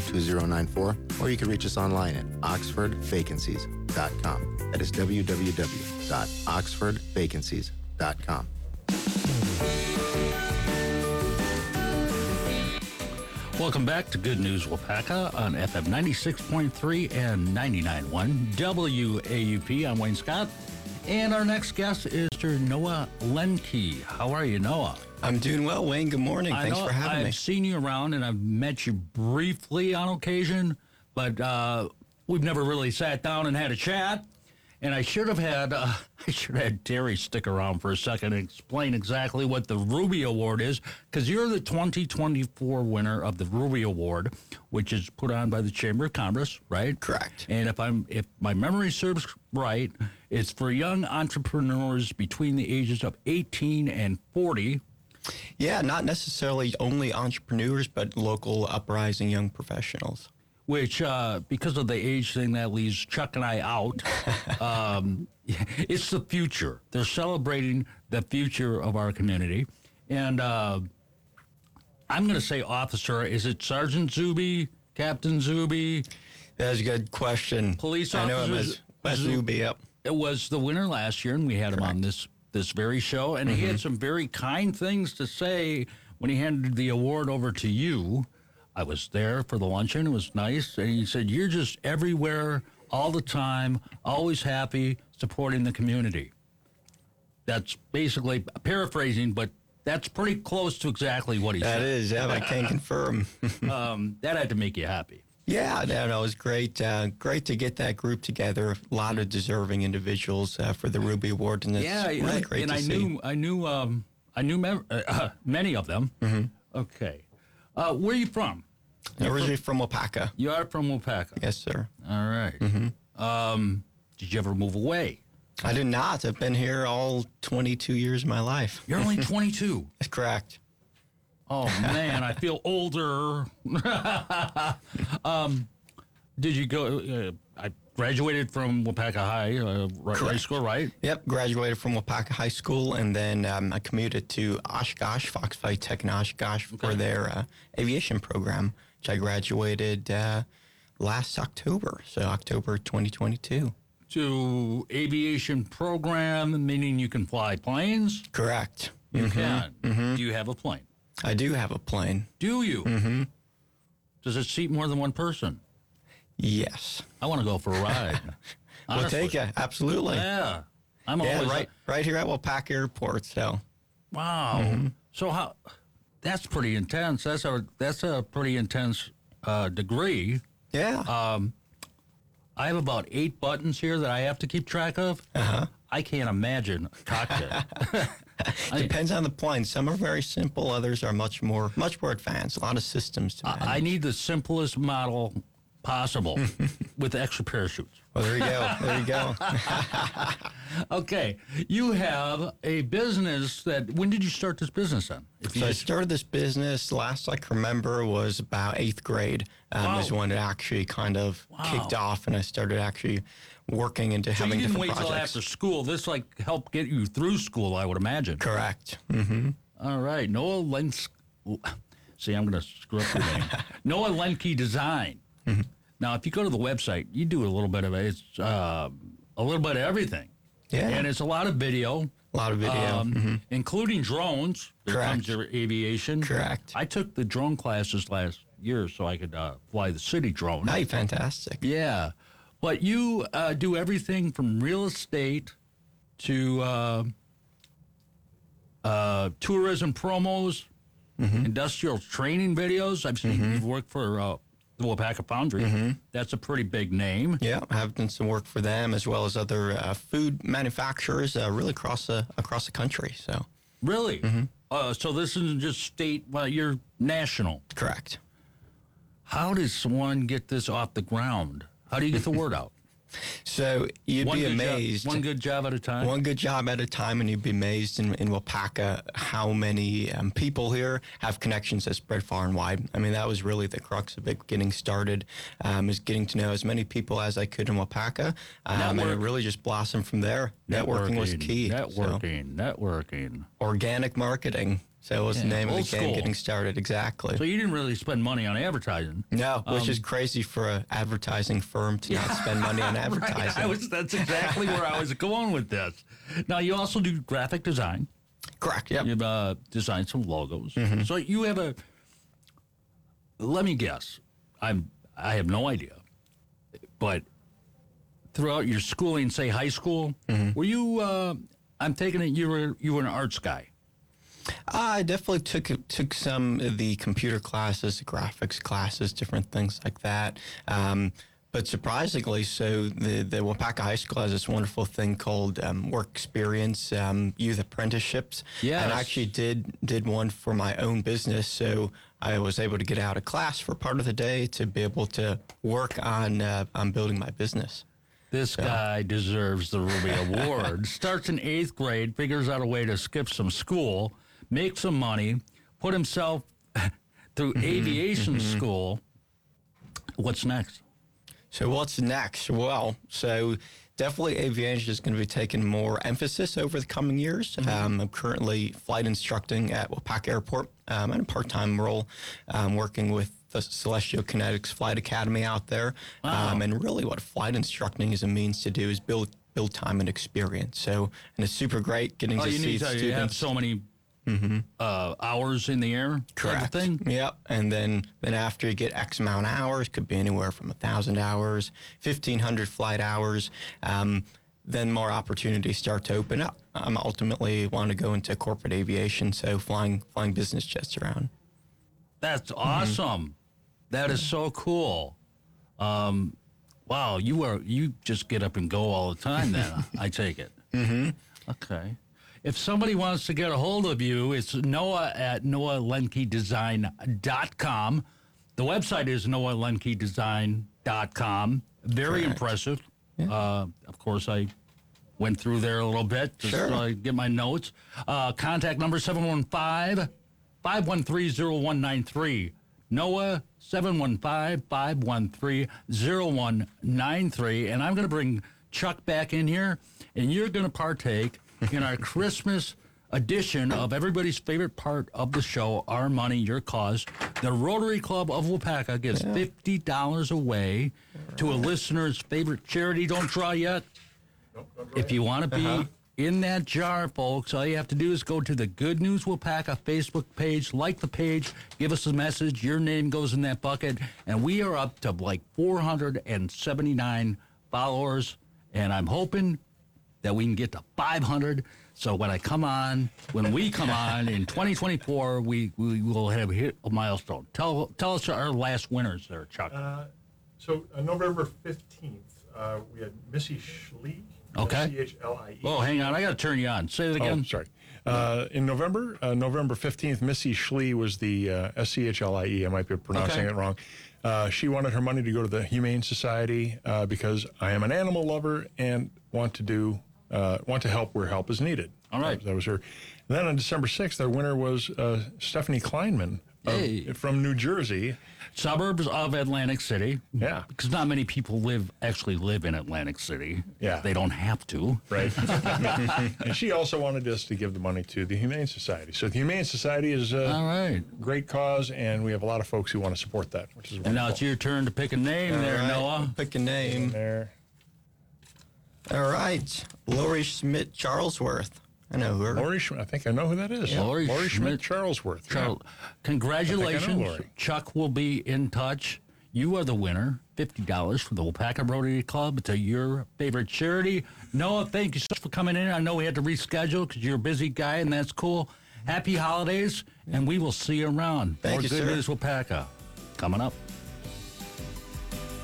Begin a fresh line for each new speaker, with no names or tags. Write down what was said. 942-2094, or you can reach us online at oxfordvacancies.com. That is www.oxfordvacancies.com.
Welcome back to Good News Wapaka on FM 96.3 and 99.1 WAUP. I'm Wayne Scott. And our next guest is Mr. Noah Lenke. How are you, Noah?
I'm doing well, Wayne. Good morning.
I
Thanks
know
for having
I've
me.
seen you around and I've met you briefly on occasion, but uh, we've never really sat down and had a chat. And I should have had uh, I should have had Terry stick around for a second and explain exactly what the Ruby Award is, because you're the 2024 winner of the Ruby Award, which is put on by the Chamber of Commerce, right?
Correct.
And if I'm if my memory serves right, it's for young entrepreneurs between the ages of 18 and 40,
Yeah, not necessarily only entrepreneurs, but local uprising young professionals.
which uh, because of the age thing that leaves Chuck and I out. um, it's the future. They're celebrating the future of our community, and uh, I'm going to say officer. Is it Sergeant Zuby, Captain Zuby?
That's a good question.
Police
I know him
officers-
as as Zuby. Yep.
It was the winner last year, and we had him on this this very show, and he had some very kind things to say when he handed the award over to you. I was there for the luncheon; it was nice, and he said, "You're just everywhere, all the time, always happy, supporting the community." That's basically paraphrasing, but that's pretty close to exactly what he
That
said.
is. Yeah, I can confirm.
Um, that had to make you happy.
Yeah, no, no, it was great. Uh, great to get that group together. A lot of deserving individuals uh, for the Ruby Award, and it's
Yeah,
really
and,
great
and
to
I
see.
knew I knew um, I knew mem- uh, uh, many of them.
Mm-hmm.
Okay, uh, where are you from?
Originally from Wapaka.
You are from Wapaka.
Yes, sir.
All right.
Mm-hmm.
Um, did you ever move away?
I did not. I've been here all 22 years of my life.
You're only 22.
That's correct.
Oh man, I feel older. um, did you go? Uh, I graduated from Wapaka High uh, right, high
Correct.
school, right?
Yep, graduated from Wapaka High School, and then um, I commuted to Oshkosh, Fox Valley Tech in Oshkosh for their uh, aviation program, which I graduated uh, last October, so October 2022.
To aviation program, meaning you can fly planes.
Correct.
You can. Do you have a plane?
Mm-hmm. I do have a plane.
Do you? Mm-hmm. Does it seat more than one person?
Yes.
I want to go for a ride.
We'll
Honestly.
take it. Absolutely. Yeah,
Yeah, I'm always
right, right here at Wapaka Airport. So,
Wow. So how? That's pretty intense. That's a that's a pretty intense uh, degree.
yeah.
I have about eight buttons here that I have to keep track of. Uh-huh. I can't imagine a cockpit.
Depends on the plane. Some are very simple. Others are much more, much more advanced. A lot of systems to manage.
I need the simplest model possible with extra parachutes.
well, Oh, there you go. There you go.
Okay, you have a business that. When did you start this business then? If you
So I
just-
started this business last I can remember was about eighth grade um, is
Wow.
when it actually kind of kicked off, and I started actually working
so
into
you
having
didn't
different
wait till
projects.
after school. This like helped get you through school, I would imagine.
Correct. Mm,
All right, Noah Lensk. See, I'm going to screw up your name. Noah Lenke Design.
Mm-hmm.
Now, if you go to the website, you do a little bit of it. It's uh, a little bit of everything,
Yeah,
and it's a lot of video,
a lot of video.
um, including drones. There
Correct.
comes your aviation.
Correct.
I took the drone classes last year so I could uh, fly the city drone.
Hey, fantastic.
Yeah, but you uh, do everything from real estate to uh, uh, tourism promos,
Mm-hmm.
industrial training videos. I've seen you've worked for uh, the Wapaka Foundry.
Mm-hmm.
That's a pretty big name.
Yeah, I've done some work for them as well as other uh, food manufacturers, uh, really across the across the country. So,
Really?
Mm-hmm.
Uh, so this isn't just state. Well, you're national.
correct.
How does one get this off the ground? How do you get the word out?
So you'd be
good job-
amazed.
one good job at a time.
One good job at a time, and you'd be amazed in, in Wapaka how many um, people here have connections that spread far and wide. I mean, that was really the crux of it getting started, um, is getting to know as many people as I could in Wapaka. Um, and it
Network.
really just blossomed from there. Networking, was key. so
Networking. Networking.
organic marketing. So it was the
Yeah,
name of the
old
game
school.
getting started. Exactly.
So Um, you didn't really spend money on advertising.
no, which is crazy for an advertising firm to not spend money on advertising.
I was that's exactly where I was going with this. Now you also do graphic design.
Correct. Yep.
You've uh, designed some logos. So you have a. Let me guess. I'm. I have no idea, but throughout your schooling, say high school, were you? Uh, I'm taking it you were you were an arts guy.
I definitely took took some of the computer classes, graphics classes, different things like that. Um, but surprisingly, so the, the Wapaka High School has this wonderful thing called um, work experience um, youth apprenticeships. and I
Yes.
actually did did one for my own business, so I was able to get out of class for part of the day to be able to work on uh, on building my business.
This guy deserves the Ruby Award. Starts in eighth grade, figures out a way to skip some school, make some money, put himself through aviation school. What's next?
So what's next? Well, so definitely aviation is going to be taking more emphasis over the coming years.
Mm-hmm.
Um, I'm currently flight instructing at Wapak Airport um, in a part-time role, um, working with the Celestial Kinetics Flight Academy out there. Um, and really, what flight instructing is a means to do is build build time and experience. So, and it's super great getting
Oh,
to
you
see
need to you have
students.
so many uh, hours in the air. Type of thing.
Yep. And then then after you get X amount of hours, could be anywhere from a thousand hours, fifteen hundred flight hours. Um, then more opportunities start to open up. I'm ultimately want to go into corporate aviation, so flying flying business jets around.
That's
Mm-hmm.
awesome. That is so cool. Um, wow, you are you just get up and go all the time. Then I take it. Mm-hmm. Okay. If somebody wants to get a hold of you, it's Noah at noahlenkedesign.com. The website is noahlenkedesign.com. Very
Correct.
impressive. Uh, of course, I went through there a little bit just
Sure.
so I get my notes. Uh, contact number 715 513 0193. Noah 715 513 0193. And I'm going to bring Chuck back in here, and you're going to partake in our Christmas edition of everybody's favorite part of the show Our Money, Your Cause. The Rotary Club of Wapaka gives $50 away to a listener's favorite charity. Don't draw yet. If you want to be in that jar, folks, all you have to do is go to the Good News Wapaka Facebook page, like the page, give us a message. Your name goes in that bucket, and we are up to like 479 followers. And I'm hoping that we can get to 500. So when I come on, when we come on in 2024, we, we will have hit a milestone. Tell tell us our last winners there, Chuck.
So on November 15th, uh, we had Missy Schlie.
Okay.
C-H-L-I-E.
oh, hang on, I got to turn you on. Say it
Oh,
again.
sorry. Uh, in November, uh, November 15th, Missy Schlie was the uh, S-C-H-L-I-E. I might be pronouncing
Okay.
it wrong. Uh, she wanted her money to go to the Humane Society uh, because I am an animal lover and want to do uh, want to help where help is needed.
All right.
That was her. then on December 6th, our winner was uh, Stephanie Kleinman of-
Hey.
from New Jersey.
suburbs of Atlantic City.
Yeah.
Because not many people live actually live in Atlantic City.
Yeah.
They don't have to.
right? and she also wanted us to give the money to the Humane Society. So the Humane Society is a
All right.
great cause, and we have a lot of folks who want to support that, which is
And now it's
wonderful.
your turn to pick a name there,
All right,
Noah.
Pick a name.
there.
All right. Lori Schmidt Charlesworth. I know her.
Lori Schmidt, I think I know who that is.
Lori Schmidt-
Charlesworth.
Charles, congratulations.
Lori.
Chuck will be in touch. You are the winner. $50 for the Wapaka Rotary Club to your favorite charity. Noah, thank you so much for coming in. I know we had to reschedule because you're a busy guy, and that's cool. Happy holidays, and we will see you around.
Thank
More
you,
Good
sir.
News Wapaka coming up.